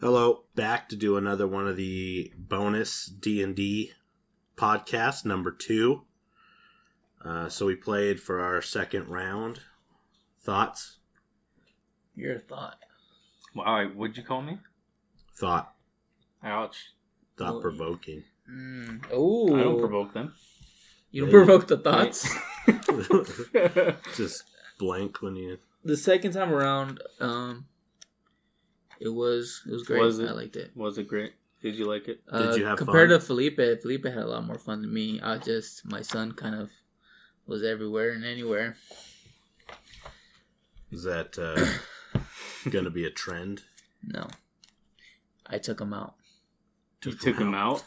Hello, back to do another one of the bonus D and D podcast number two. Uh, so we played for our second round. Thoughts? Your thought. Well, all right, what'd you call me? Thought. Ouch. Thought Well, provoking. Mm. I don't Oh, provoke them. you don't Yeah. provoke the thoughts. Just blank when you. the second time around, um, it was it was great. Was it? I liked it. Was it great? Did you like it? Uh, you have compared fun? to Felipe? Felipe had a lot more fun than me. I just my son kind of was everywhere and anywhere. Is that uh, going to be a trend? No, I took him out. You took him out.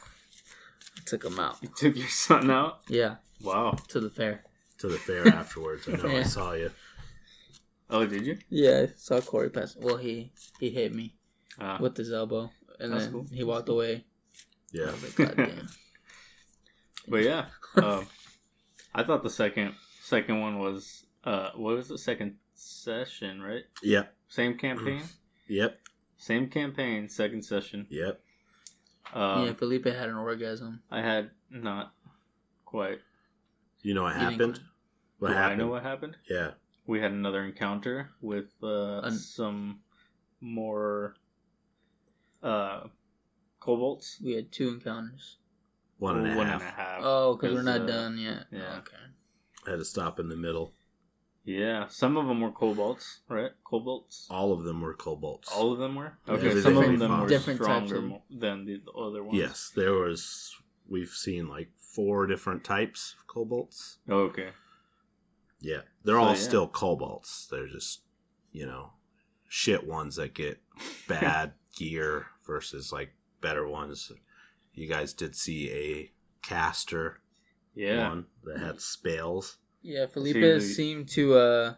I took him out. You took your son out. Yeah, Wow. to the fair. to the fair afterwards. I know I Yeah. saw you. Oh, did you? Yeah, I saw Corey pass. Well, he he hit me Uh, with his elbow, and That's then cool. he walked away. Yeah, I was like, God damn. But yeah, um, I thought the second second one was uh, what was the second session? Right? yep, Same campaign. Mm. yep, Same campaign. Second session. yep. Um, yeah, Felipe had an orgasm. I had not quite. You know what You didn't happened? What Do I happened? know what happened. Yeah, we had another encounter with uh, An- some more uh, kobolds. We had two encounters. one and a half. Oh, because we're not uh, done yet. Oh, yeah. Okay. Had to stop in the middle. Yeah, some of them were kobolds, right? Kobolds. All of them were cobalts. All of them were. Yeah, Okay, they- some they of them fought. were Different types stronger of- mo- than the other ones. yes, there was. We've seen like four different types of cobalts. Okay. Yeah, they're So, all yeah. still cobalts. They're just you know shit ones that get bad gear versus like better ones. You guys did see a caster Yeah. one that had spells. Yeah, Felipe the- seemed to uh,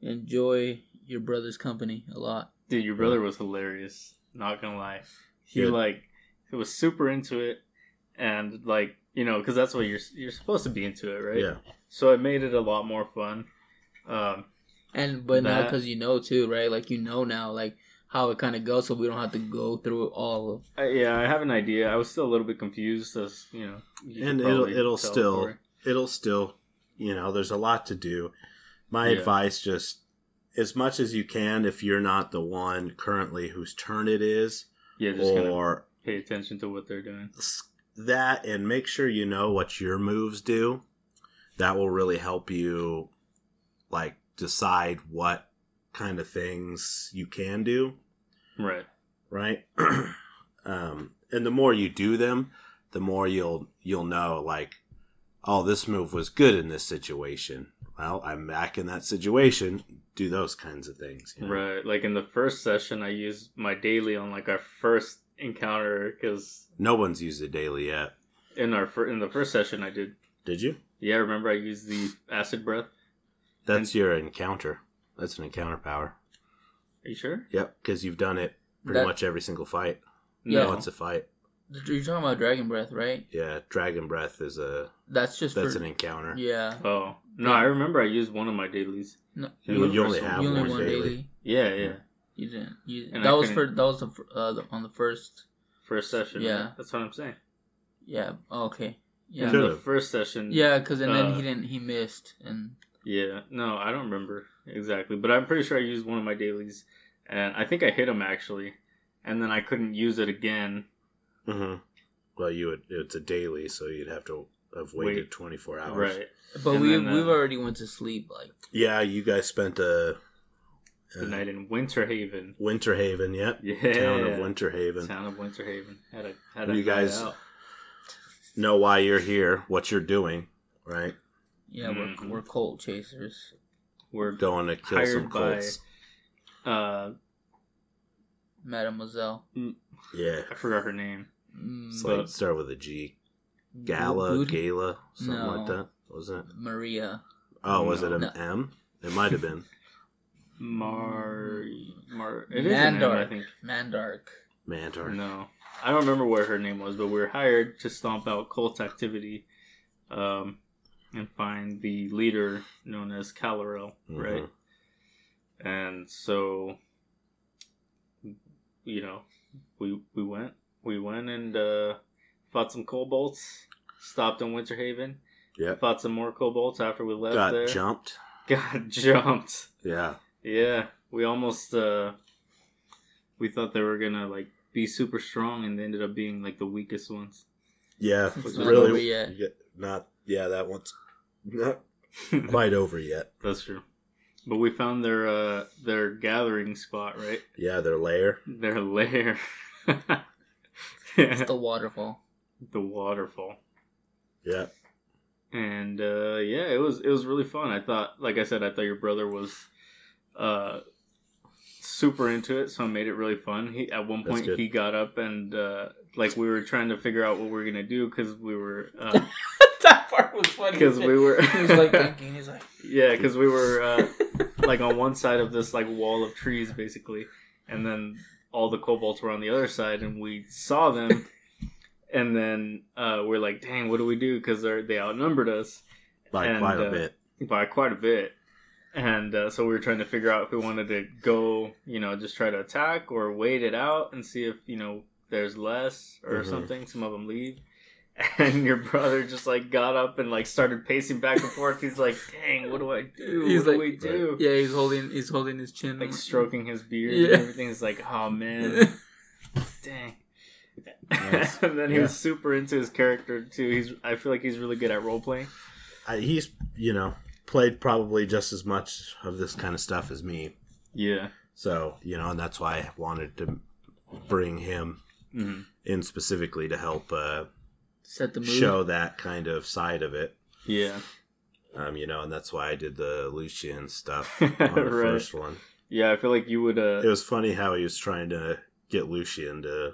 enjoy your brother's company a lot. Dude, your brother was hilarious. Not gonna lie, he Good. like he was super into it, and like you know, because that's what you're you're supposed to be into it, right? Yeah. So it made it a lot more fun. Um, And but now That- because you know too, right? Like you know now, like how it kind of goes, so we don't have to go through all of. I, yeah, I have an idea. I was still a little bit confused, as you know. you can And it'll- probably it'll tell, still- Corey. it'll still you know there's a lot to do my Yeah. advice just as much as you can if you're not the one currently whose turn it is yeah, just gonna or pay attention to what they're doing. s- that and make sure you know what your moves do that will really help you like decide what kind of things you can do Right. right? um, and the more you do them, the more you'll you'll know like, oh, this move was good in this situation. Well, I'm back in that situation. Do those kinds of things, you know? Right. Like in the first session, I used my daily on like our first encounter because No one's used it daily yet. in our fir- in the first session I did. Did you? Yeah, remember I used the acid breath. That's your encounter. That's an encounter power. Are you sure? Yep, because you've done it pretty That- much every single fight. Yeah. Once a fight. You're talking about dragon breath, right? Yeah, dragon breath is a That's just that's for an encounter. yeah. Oh no, I remember I used one of my dailies. No, Yeah, You, but you only You have you only one won daily. daily. Yeah, yeah. You didn't. You, And that I was for couldn't- that was the, fir- uh, the, on the first. First session. Yeah. right? That's what I'm saying. Yeah. okay. In Yeah. Sure. the first session. Yeah, because and then Uh, he didn't. He missed and Yeah, no, I don't remember exactly, but I'm pretty sure I used one of my dailies, and I think I hit him actually, and then I couldn't use it again. hmm Well, you would. It's a daily, so you'd have to have waited 24 hours. Right. But And we then, uh, we've already went to sleep. Like Yeah, you guys spent uh, a, The night in Winterhaven. Winter Haven. Yep. Yeah. Town of Winter Haven. Town of Winterhaven. Had a had You a night guys- out. Know why you're here, what you're doing, right? yeah, Mhm. we're we're colt chasers. were Going to kill Hired some by- colts. uh Mademoiselle. Yeah. I forgot her name. Mm, It's But- like start with a G. Gala, Good- Gala, something No. like that. Wasn't it? Maria. Oh, was it No. an No. M? It might have been Mar Mar it is an M, I Mandark. think. Mandark. Mantar. No. I don't remember where her name was, but we were hired to stomp out cult activity um, and find the leader known as Mm-hmm. Calorel, right? Mhm. And so you know, we we went we went and uh, fought some kobolds. Stopped in Winterhaven. Yep. Fought some more kobolds after we left Got there. jumped. Got jumped. Yeah. Yeah, we almost uh we thought they were gonna like be super strong, and they ended up being like the weakest ones. Yeah. It's not really. over yet. yeah, Not. Yeah, that one's not quite over yet. That's true. But we found their uh their gathering spot, right? Yeah, their lair. Their lair. It's the waterfall. the waterfall. Yeah. and uh, yeah, it was it was really fun. I thought, like I said, I thought your brother was uh, super into it, so it made it really fun. He at one That's point good. he got up and uh, like we were trying to figure out what we were gonna do because we were uh, that part was funny. because we were He was like thinking. He's like, yeah because we were uh, like on one side of this like wall of trees basically, and then all the kobolds were on the other side, and we saw them, and then uh, we're like, dang, what do we do? Because they they outnumbered us. By And, quite a uh, bit. by quite a bit. And uh, so we were trying to figure out if we wanted to go, you know, just try to attack or wait it out and see if, you know, there's less or Mhm. Mm-hmm. something. Some of them leave. And your brother just like got up and like started pacing back and forth. He's like, dang, what do I do? He's what like- do we do? yeah, he's holding, he's holding his chin, Like stroking his beard Yeah. and everything. He's like, oh man, dang. Nice. and then he Yeah. was super into his character too. He's I feel like he's really good at role playing. I, he's you know played probably just as much of this kind of stuff as me. Yeah. So you know, and that's why I wanted to bring him Mm-hmm. hmm in specifically to help uh, Set the mood. show that kind of side of it. Yeah. Um, you know, and that's why I did the Lucian stuff on the Right. first one. Yeah, I feel like you would uh, It was funny how he was trying to get Lucian to.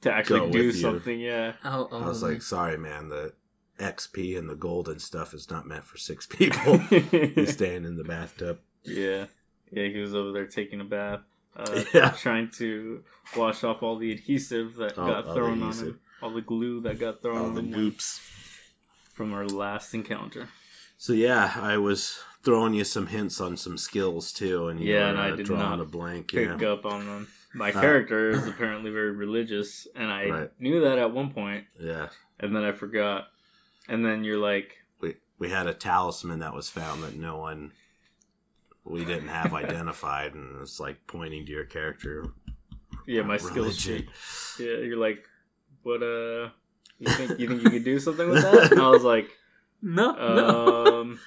to go actually do with you. something. Yeah, Oh, oh, I was Um, man. like, sorry, man, the XP and the gold and stuff is not meant for six people. Oh. He's staying in the bathtub. yeah, yeah. He was over there taking a bath, uh, Yeah. trying to wash off all the adhesive that All- all got the thrown on adhesive. him, all the glue that got thrown All on the him goops. from our last encounter. So yeah, I was throwing you some hints on some skills too, and you Yeah, were, and I uh, did drawing not a blank. Yeah, Pick up on them. My Uh, character is apparently very religious, and I Right. knew that at one point, yeah. and then I forgot. And then you're like, We we had a talisman that was found that no one we didn't have identified, and it's like pointing to your character. "Yeah, my skill skills. sheet." Yeah, you're like, "What? Uh, you think you think you could do something with that?" And I was like, no, Oh, no. Um,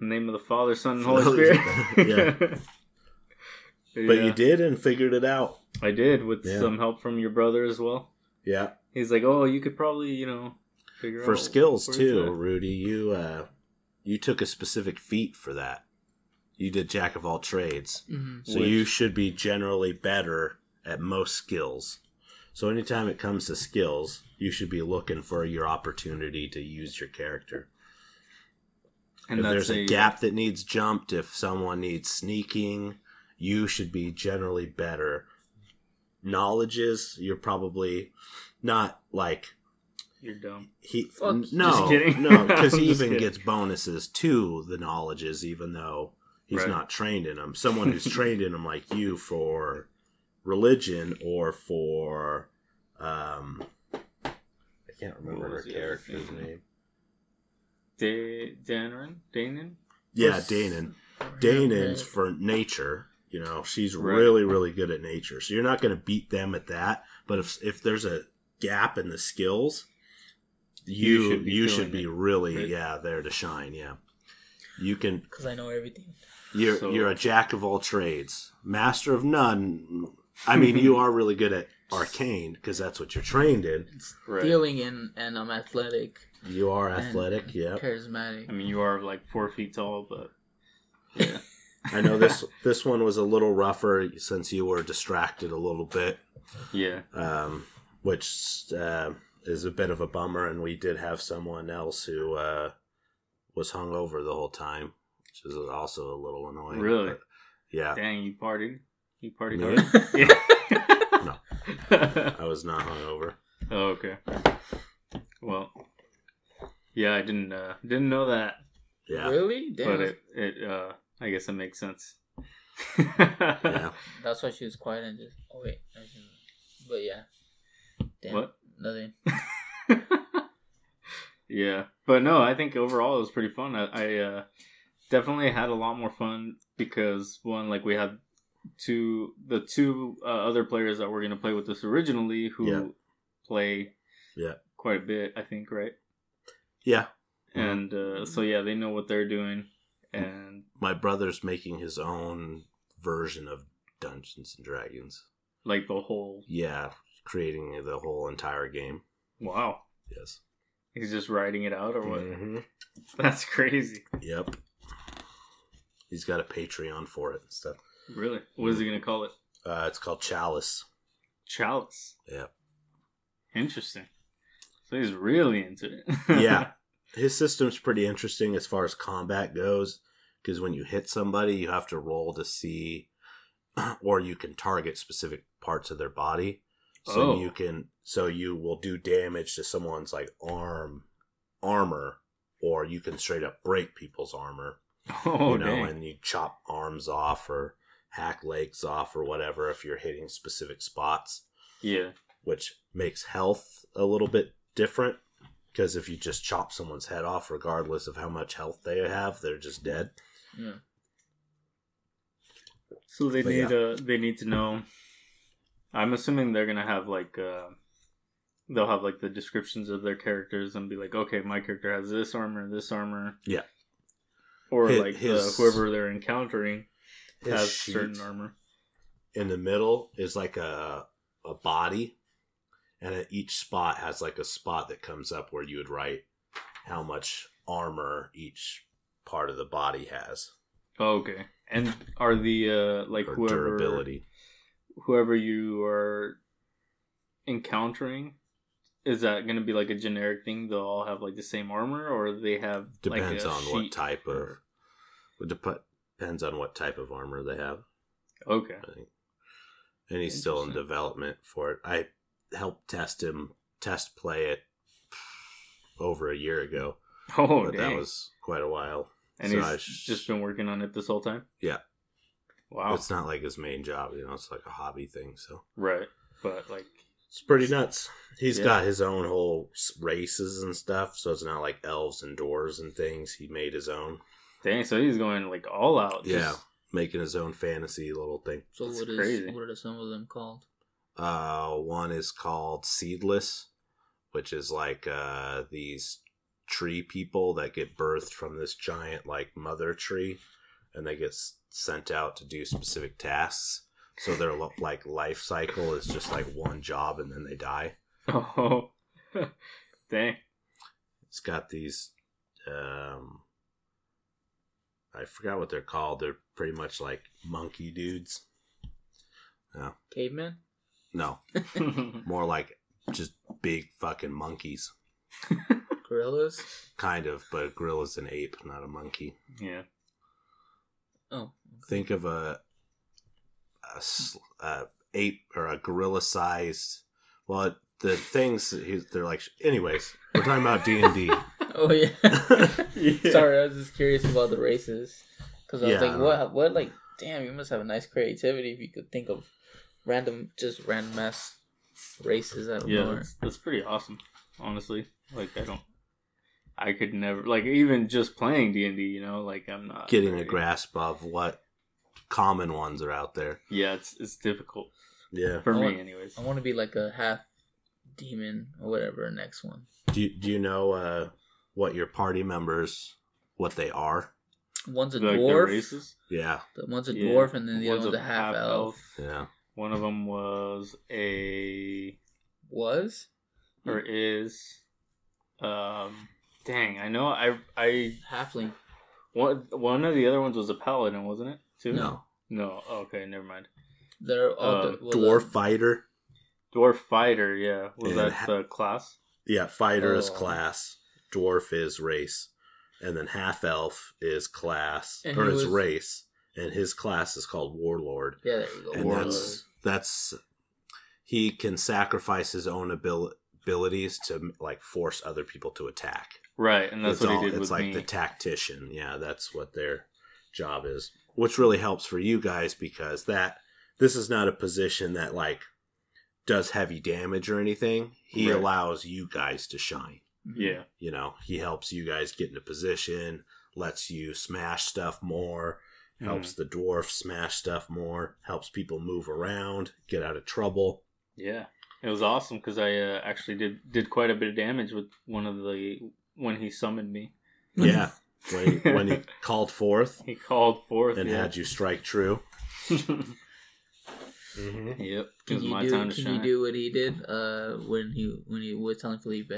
in the name of the Father, Son, and Holy Holy Spirit. Spirit. But Yeah. you did and figured it out. I did with Yeah. some help from your brother as well. Yeah, He's like, "Oh, you could probably, you know, figure for out skills where too, to-" Rudy. You uh, you took a specific feat for that. You did jack of all trades. Mhm. So Which- you should be generally better at most skills. So anytime it comes to skills, you should be looking for your opportunity to use your character. And if that's there's a gap that needs jumped, if someone needs sneaking, you should be generally better. Knowledges, you're probably not like You're dumb. he Fuck n- you. no Just kidding. no because I'm he just even kidding. gets bonuses to the knowledges even though he's Right. not trained in them someone who's trained in them like you for religion or for um i can't remember What her was the other character's thing? name Da- Danarin, Danan. yeah danon danon's for nature you know she's Right. really really good at nature so you're not going to beat them at that but if if there's a gap in the skills you you should be, doing it. really Right. yeah there to shine yeah you can Because I know everything. You're So- you're a jack of all trades, master of none. I mean, you are really good at arcane because that's what you're trained in. Right. Dealing and and I'm athletic, You are and athletic. Yep. I charismatic. mean, you are like four feet tall, but yeah, I know this this one was a little rougher since you were distracted a little bit, yeah, um, which uh, is a bit of a bummer. And we did have someone else who uh, was hungover the whole time, which is also a little annoying. Really? but yeah, dang, you partied, you partied Me? hard, yeah. No. I was not hungover. Oh, okay. Well, yeah, I didn't uh, didn't know that, Yeah. Really? Damn. but it it uh, I guess it makes sense. Yeah. That's why she was quiet and just. Oh wait, I shouldn't- but yeah. Damn, What? Nothing. yeah, but no, I think overall it was pretty fun. I, I uh, definitely had a lot more fun because one, like we had two, the two uh, other players that were going to play with us originally who Yeah. play Yeah. quite a bit, I think, right? Yeah. And uh, so yeah, they know what they're doing, and My brother's making his own version of Dungeons and Dragons. like the whole Yeah, creating the whole entire game. wow, Yes. he's just writing it out or what? Mhm. That's crazy. Yep. He's got a Patreon for it and stuff. Really, what is he going to call it? Uh, it's called Chalice. Chalice. Yeah. Interesting. So he's really into it. Yeah. His system's pretty interesting as far as combat goes, because when you hit somebody, you have to roll to see, or you can target specific parts of their body. So Oh. you can, so you will do damage to someone's like arm, armor, or you can straight up break people's armor. oh, you know, dang. and you chop arms off or hack legs off or whatever if you're hitting specific spots. yeah. which makes health a little bit different because if you just chop someone's head off regardless of how much health they have they're just dead Yeah. So they But need uh they need to know. I'm assuming they're gonna have like uh, they'll have like the descriptions of their characters and be like, okay, my character has this armor, this armor. Yeah. Or Hi- like his- the, whoever they're encountering has certain sheet armor. in the middle is like a a body and at each spot has like a spot that comes up where you would write how much armor each part of the body has Oh, okay. And are the uh like or whoever durability whoever you are encountering is that going to be like a generic thing they'll all have like the same armor or they have like, depends a on what sheet type of or- it dep- depends on what type of armor they have okay I think. And he's still in Interesting. development for it. I helped test him, test play it over a year ago. oh but dang. that was quite a while. and so he's I sh- just been working on it this whole time Yeah. wow It's not like his main job, you know, it's like a hobby thing. So right but like it's pretty nuts. He's Yeah. got his own whole s- races and stuff. So it's not like elves and dwarves and things. He made his own, dang so he's going like all out just- making his own fantasy little thing. So That's what is crazy. what are some of them called? Uh, one is called Seedless, which is like uh, these tree people that get birthed from this giant like mother tree, and they get s- sent out to do specific tasks. So their lo- like life cycle is just like one job, and then they die. oh dang It's got these, um, I forgot what they're called. They're pretty much like monkey dudes. Caveman. No, more like just big fucking monkeys. Gorillas. Kind of, but a gorilla's an ape, not a monkey. yeah Oh, Think of a, a, sl- a ape or a gorilla sized. Well, the things that he's- they're like. Anyways, we're talking about D and D. oh yeah. Yeah. Sorry, I was just curious about the races because I was Yeah, I like, know. what, what, like, damn, you must have a nice creativity if you could think of random, just random ass races out of yeah nowhere. that's, that's pretty awesome honestly like i don't i could never like even just playing d&d you know like i'm not Getting a very- grasp of what common ones are out there. yeah it's it's difficult Yeah. for I me want- anyways I want to be like a half demon or whatever. Next one. Do you, Do you know uh, what your party members what they are? One's a Like, the dwarf. races? Yeah. The one's a Yeah. dwarf, and then the other One's one's a half elf. Yeah. one of them was a Was or is um dang i know i i halfling. one one of the other ones was a paladin wasn't it too No. no okay never mind They're all Um, the, well, Dwarf the- fighter. dwarf fighter yeah was And that ha- the class Yeah, fighter is Oh. class, dwarf is race, and then half elf is class And or he is was- race, and his class is called warlord, yeah, there you go. and warlord. that's that's he can sacrifice his own abil- abilities to like force other people to attack. right and that's it's what all- he did it's with like me the tactician. Yeah, that's what their job is. which really helps for you guys because that this is not a position that like does heavy damage or anything. He Right. allows you guys to shine. Mm-hmm. Yeah. You know, he helps you guys get into position, lets you smash stuff more, Mm. helps the dwarf smash stuff more, helps people move around, get out of trouble. Mm-hmm. Yeah, it was awesome because I uh, actually did did quite a bit of damage with one of the when he summoned me. Yeah. when, when he called forth He called forth. and yeah. had you strike true. Mm-hmm. yep, it Can was you my do? Can time to you shine. do what he did? Uh, when he when he was telling Felipe,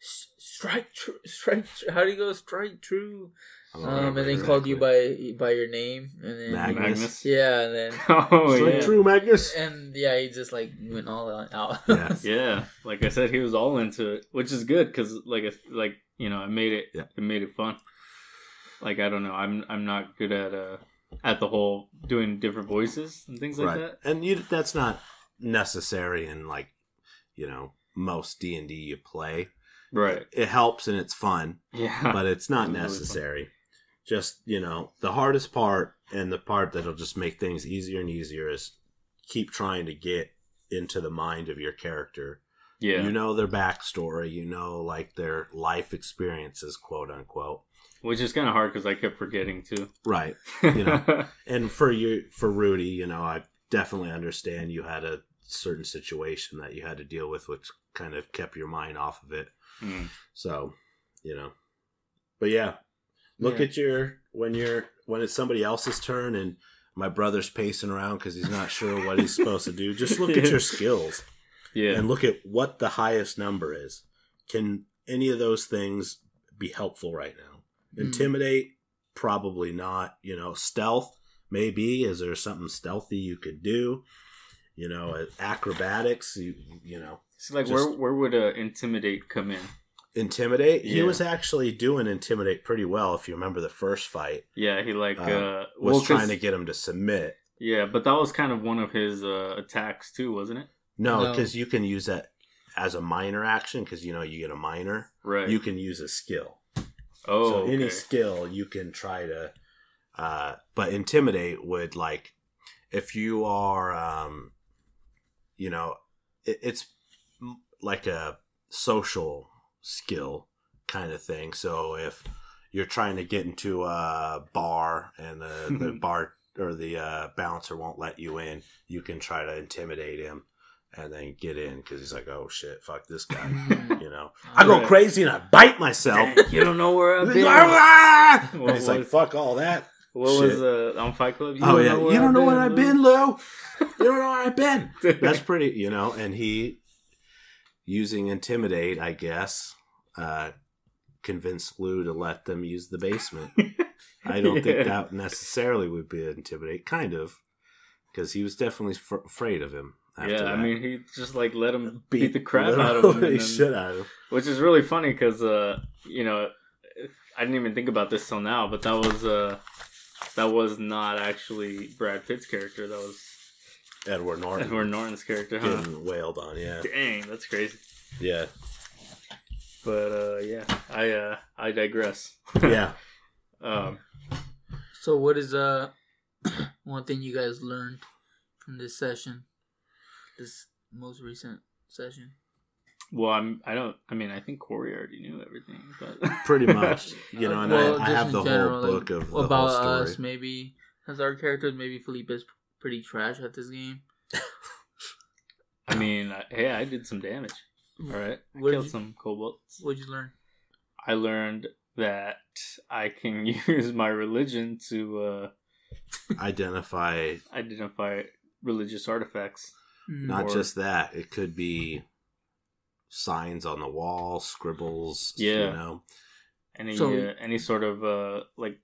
"S- strike, true, strike. Tr- how do you go? Strike true. Um, and then called you by by your name, and then Oh, Magnus. Magnus. yeah, and then Oh strike yeah. true, Magnus. and yeah, he just like went all out. out. Yeah. Yeah, like I said, he was all into it, which is good because, like, I- like you know, I made it. Yeah. It made it fun. Like I don't know, I'm I'm not good at uh at the whole doing different voices and things like right. that. And you, that's not necessary in like you know most D and D you play. Right. It helps and it's fun, Yeah. but it's not It's really fun. necessary. Just you know, the hardest part and the part that'll just make things easier and easier is keep trying to get into the mind of your character. yeah. You know their backstory. You know like their life experiences, quote unquote. which is kind of hard because I kept forgetting too. Right. You know. and for you for Rudy, you know, I definitely understand you had a certain situation that you had to deal with which kind of kept your mind off of it. Mm. So, you know. But yeah, look Yeah. at your when you're when it's somebody else's turn and my brother's pacing around cuz he's not sure what he's supposed to do. Just look at your skills Yeah. and look at what the highest number is. Can any of those things be helpful right now? Mm. Mm-hmm. Intimidate, probably not. You know, stealth, maybe. Is there something stealthy you could do? You know, uh, acrobatics. You, you know, So like Just- where where would uh, intimidate come in? intimidate. He Yeah. was actually doing intimidate pretty well. If you remember the first fight, Yeah, he like Uh, uh, was well, 'cause- trying to get him to submit. Yeah, but that was kind of one of his uh, attacks too, wasn't it? No, No. because you can use that as a minor action because you know you get a minor. Right. You can use a skill. oh, so any okay. skill you can try to uh but intimidate would like if you are um you know it, it's m- like a social skill kind of thing so if you're trying to get into a bar and the, the bar or the uh, bouncer won't let you in you can try to intimidate him and then get in because he's like oh shit fuck this guy Mm. you know i go Right. crazy and i bite myself Dang, you don't know where I've been. what "Ah!" and he's like, was- fuck all that. was shit. uh, on Fight Club? oh, yeah. where You don't know where I've Lou." been, Lou. You don't know where I've been. That's pretty, you know, and he, using intimidate, I guess, uh, convinced Lou to let them use the basement. I don't Yeah. think that necessarily would be intimidate, kind of, because he was definitely f- afraid of him. After yeah, I that. mean, he just like let him beat, the crap out of literally him, and then- shit out of him. which is really funny because uh, you know, I didn't even think about this till now, but that was uh, that was not actually Brad Pitt's character. That was Edward Norton Edward Norton's character. Huh? getting wailed on. Yeah, Dang, that's crazy. yeah, But uh, yeah, I uh, I digress. yeah. um, So, what is uh one thing you guys learned from this session, this most recent session? well, I'm I don't. I mean, I think Corey already knew everything, but pretty much you know Uh, and well, I, I just have in the general, whole like, book of the about whole us, story maybe as our characters. Maybe Felipe's pretty trash at this game. I mean, I, hey, I did some damage. All right, I What did killed you- some kobolds. What'd you learn? I learned that I can use my religion to uh, identify identify religious artifacts. Mm. not Or- just that it could be signs on the wall scribbles you Yeah. know Any So- uh, any sort of uh, like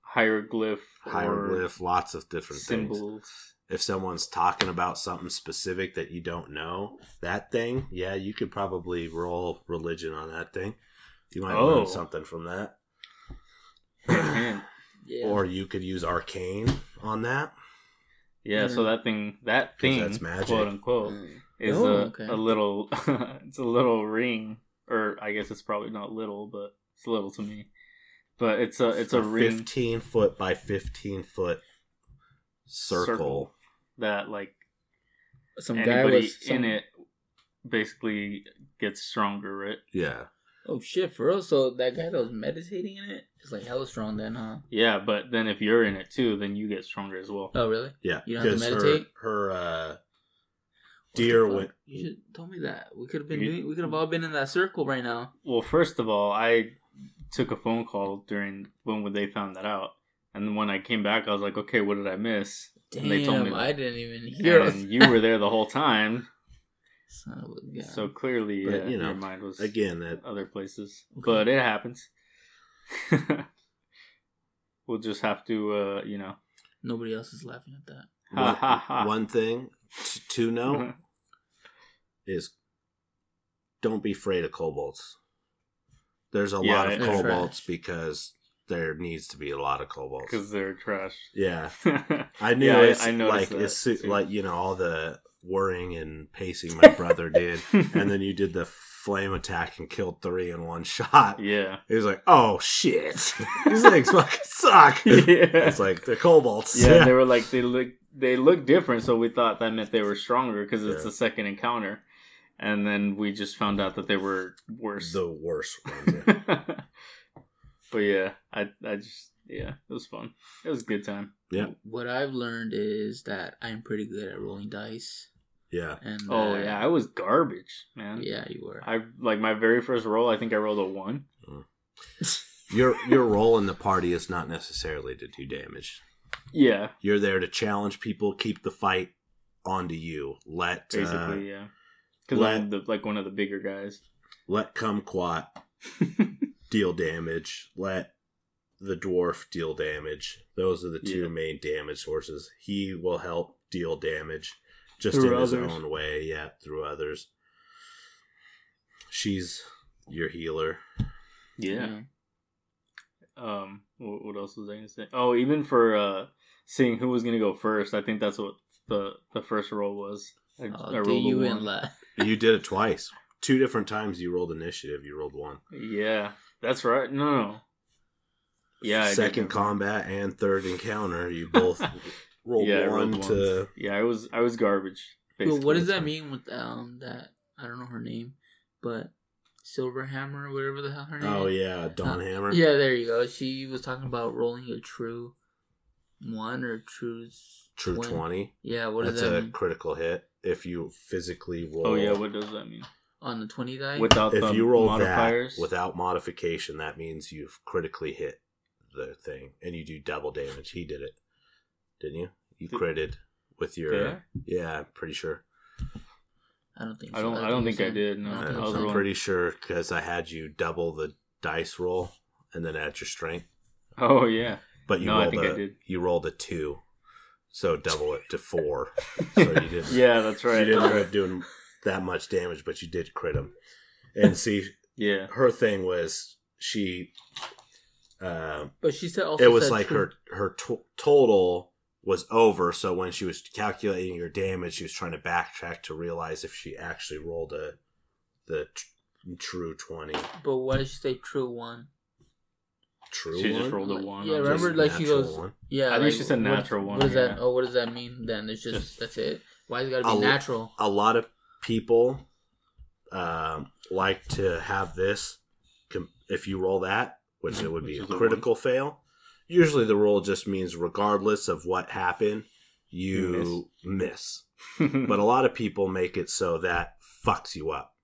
hieroglyph, or hieroglyph lots of different things symbols. if someone's talking about something specific that you don't know that thing yeah you could probably roll religion on that thing you might Oh. learn something from that Man. Yeah. or you could use arcane on that Yeah, so that thing, that 'Cause thing, that's magic. quote unquote, Mm. is Oh, a, okay. a little it's a little ring or i guess it's probably not little but it's little to me But it's a it's a, ring fifteen foot by fifteen foot circle. Circle. that like Some guy anybody was some- in it basically gets stronger, right? Yeah, Oh shit, for real. So that guy that was meditating in it is like hella strong then, huh? Yeah, but then if you're in it too, then you get stronger as well. Oh really? yeah. You don't have to 'cause meditate? Her, her uh, What the deer fuck? went. You should told me that. We could have been You- doing. We could have all been in that circle right now. Well, first of all, I took a phone call during when would they found that out, and then when I came back, I was like, okay, what did I miss? Damn, And they told me I that. didn't even hear. us. And you were there the whole time, Son of a gun. so clearly, But, yeah, you know, your mind was Again, that other places, Okay. but it happens. we'll just have to, uh, you know, nobody else is laughing at that. Ha, one, ha, ha. one thing t- to know is don't be afraid of kobolds. There's a Yeah, lot of they're kobolds trash. because there needs to be a lot of kobolds. because they're trash. Yeah, I knew Yeah, I- it's I like noticed that it's su- too. like you know all the worrying and pacing my brother did, and then you did the flame attack and killed three in one shot. yeah, He was like, "Oh shit, these things fucking suck." yeah. It's like they're kobolds. Yeah, they were like they look they look different, so we thought that meant they were stronger because it's Yeah. the second encounter, and then we just found out that they were worse. the worst ones. Yeah. but yeah, I I just yeah, it was fun. It was a good time. Yeah. What I've learned is that I'm pretty good at rolling dice. yeah. And Oh that- yeah, I was garbage, man. yeah, you were. I like my very first roll. I think I rolled a one. Your your role in the party is not necessarily to do damage. Yeah, You're there to challenge people, keep the fight onto you. Let uh, basically, yeah. Because I'm the, like one of the bigger guys. let Kumquat deal damage. Let the dwarf deal damage. Those are the two Yeah. main damage sources. He will help deal damage just Through in his others. own way, yeah, through others. She's your healer. yeah. um what, what else was i gonna say oh even for uh seeing who was gonna go first i think that's what the the first roll was i, I I'll rolled do a Oh, you one. in la- You did it twice. Two different times you rolled initiative, you rolled one. yeah that's right no no yeah I did second go- combat and third encounter, you both rolled yeah, I one rolled to ones. yeah i was i was garbage Well, what does basically. that mean with um that I don't know her name, but Silverhammer, whatever the hell her name. oh is. yeah, Dawn Uh, Hammer. Yeah, there you go. She was talking about rolling a true one or true s- True twin. twenty. Yeah, what That's does that a mean? critical hit if you physically roll. oh yeah what does that mean on the twenty die? without the if you roll modifiers that without modification, that means you've critically hit the thing, and you do double damage. He did it, didn't you? You Did- critted with your Yeah? yeah. I'm pretty sure. I don't think. I don't- So. I don't think I so. did, no. Uh, I don't think was so. I'm rolling- pretty sure because I had you double the dice roll and then add your strength. oh yeah But you No, I rolled think a, I did. you rolled a two, so double it to four. so you didn't yeah that's you right didn't end up doing that much damage, but you did crit him. And see, yeah her thing was she, uh, But she said also it was said like true- her her to- total was over. So when she was calculating your damage, she was trying to backtrack to realize if she actually rolled a the tr- true twenty. But why did she say true one? True, She just one? rolled a Like, one Yeah, on Just remember like she natural goes. one. Yeah, I think like, she said what- natural one, What does that? yeah. Oh, what does that mean? Then it's just, Just- that's it. Why has it got to I'll- be natural? a lot of people um, like to have this. Com- if you roll that, which it would be Which a is a critical fail, usually the roll just means regardless of what happened, you miss. Hmm. But a lot of people make it so that fucks you up.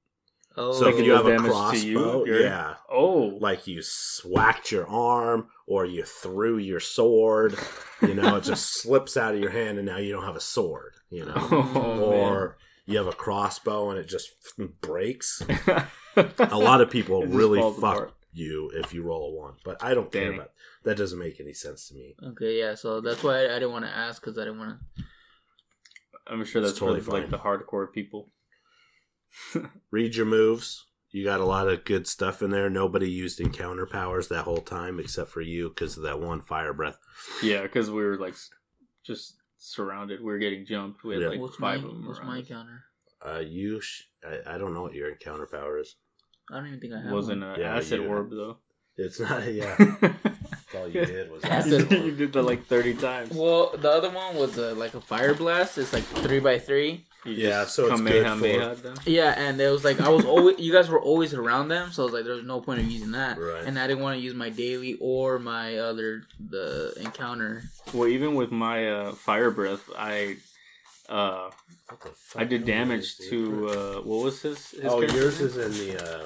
Oh, so Like if it you does have a damage to you, crossbow, you're- yeah, oh like you swacked your arm or you threw your sword, you know, it just slips out of your hand and now you don't have a sword, you know oh, or you have a crossbow and it just breaks. man. A lot of people It just really falls fuck apart. you if you roll a one, but I don't care Dang. about that. Doesn't make any sense to me. Okay, yeah. So that's why I, I didn't want to ask because I didn't want to. I'm sure It's that's totally for, like fine. the hardcore people. Read your moves. You got a lot of good stuff in there. Nobody used encounter powers that whole time except for you because of that one fire breath. Yeah, because we were like s- just surrounded. We were getting jumped. We had Yeah. like what's five my of them. what's around my us. counter? Uh, you, sh- I, I don't know what your encounter power is. I don't even think I have. Wasn't one. an Yeah, acid you- orb though. It's not. Yeah, that's all you did was That's ask it. for you it. did that like thirty times. Well, the other one was uh, like a fire blast. It's like three by three. You Yeah, just so it's good kamehameha them. Yeah, and it was like I was always you guys were always around them, so I was like, there's no point of using that. Right. And I didn't want to use my daily or my other the encounter. Well, even with my uh, fire breath, I uh, What the fuck I did number damage is it? to uh, what was his? his oh, character yours name? is in the uh,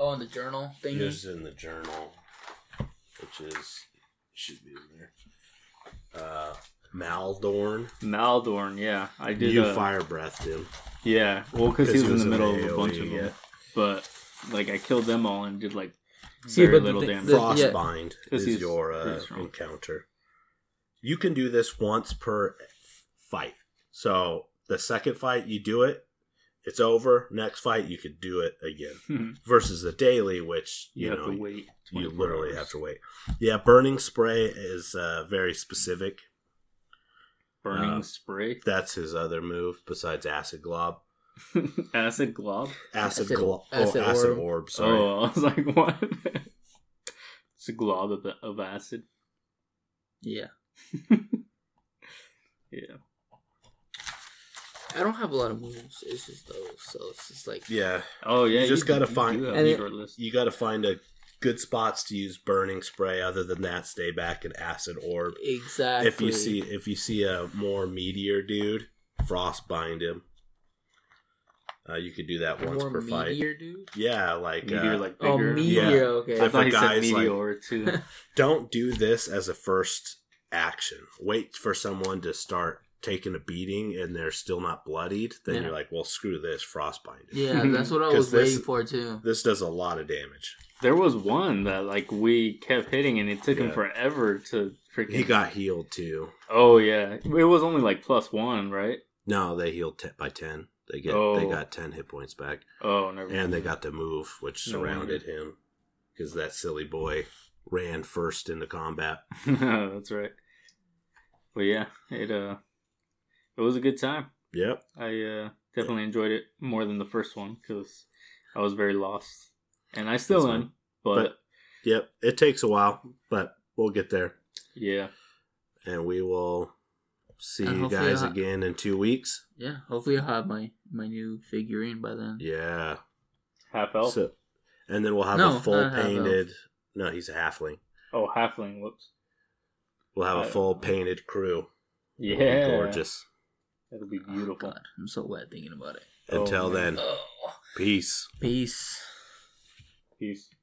Oh, and the journal thingy. yours is in the journal, which is should be in there. Uh, Maldorn, Maldorn. Yeah, I did. you uh, fire breathed him. Yeah, well, because he was, in the middle of a AoE, bunch of E, yeah. them, but like I killed them all and did like See, very but little the- damage. the- yeah. Frostbind This is is your uh, pretty strong. encounter. You can do this once per fight. So the second fight you do it, it's over. Next fight you could do it again. Hmm. Versus the daily, which you you, have know to wait. you 24 literally hours. have to wait. Yeah, burning spray is uh, very specific. burning uh, spray, That's his other move besides acid glob, acid glob. acid Acid- glob, acid oh, acid orb. orb. sorry, Oh, I was like, what? it's a glob of, of acid. Yeah. Yeah, I don't have a lot of moves. It's just those, so it's just like yeah. Oh yeah, You just do- gotta do find- have And a it- short list. you got to find a good spots to use burning spray. Other than that, stay back and acid orb. exactly. If you see if you see a more meteor dude, frostbind him. Uh, you could do that once more per fight. meteor, dude. Yeah, like, Meteor, uh, like Oh, bigger. meteor. Yeah. Okay. I If thought a he said guy's, like- meteor too. don't do this as a first action. Wait for someone to start taking a beating and they're still not bloodied. Then Yeah. you're like, well, screw this, frostbind. him. yeah, that's what I 'Cause was this- waiting for too. This does a lot of damage. There was one that like we kept hitting, and it took him Yeah. forever to freaking. He got healed too. Oh yeah, it was only like plus one, right? No, they healed t- by ten. They get they Oh. got ten hit points back. Oh, never. and they got the move which No surrounded him because that silly boy ran first into combat That's right. But yeah, it uh, it was a good time. yep I uh, definitely enjoyed it more than the first one because I was very lost, and I still That's am. fine. But, But- yep it takes a while but we'll get there yeah, and we will see And you hopefully guys not- again in two weeks Yeah, hopefully I'll have my my new figurine by then. yeah half elf. so and then we'll have No, a full not half elf. painted no he's a halfling oh, halfling. Whoops. we'll have I a don't full know. painted crew It'll be Uh, Yeah, gorgeous It'll be Oh, beautiful. God, I'm so wet thinking about it. Oh, until man. then Oh, peace peace. Peace.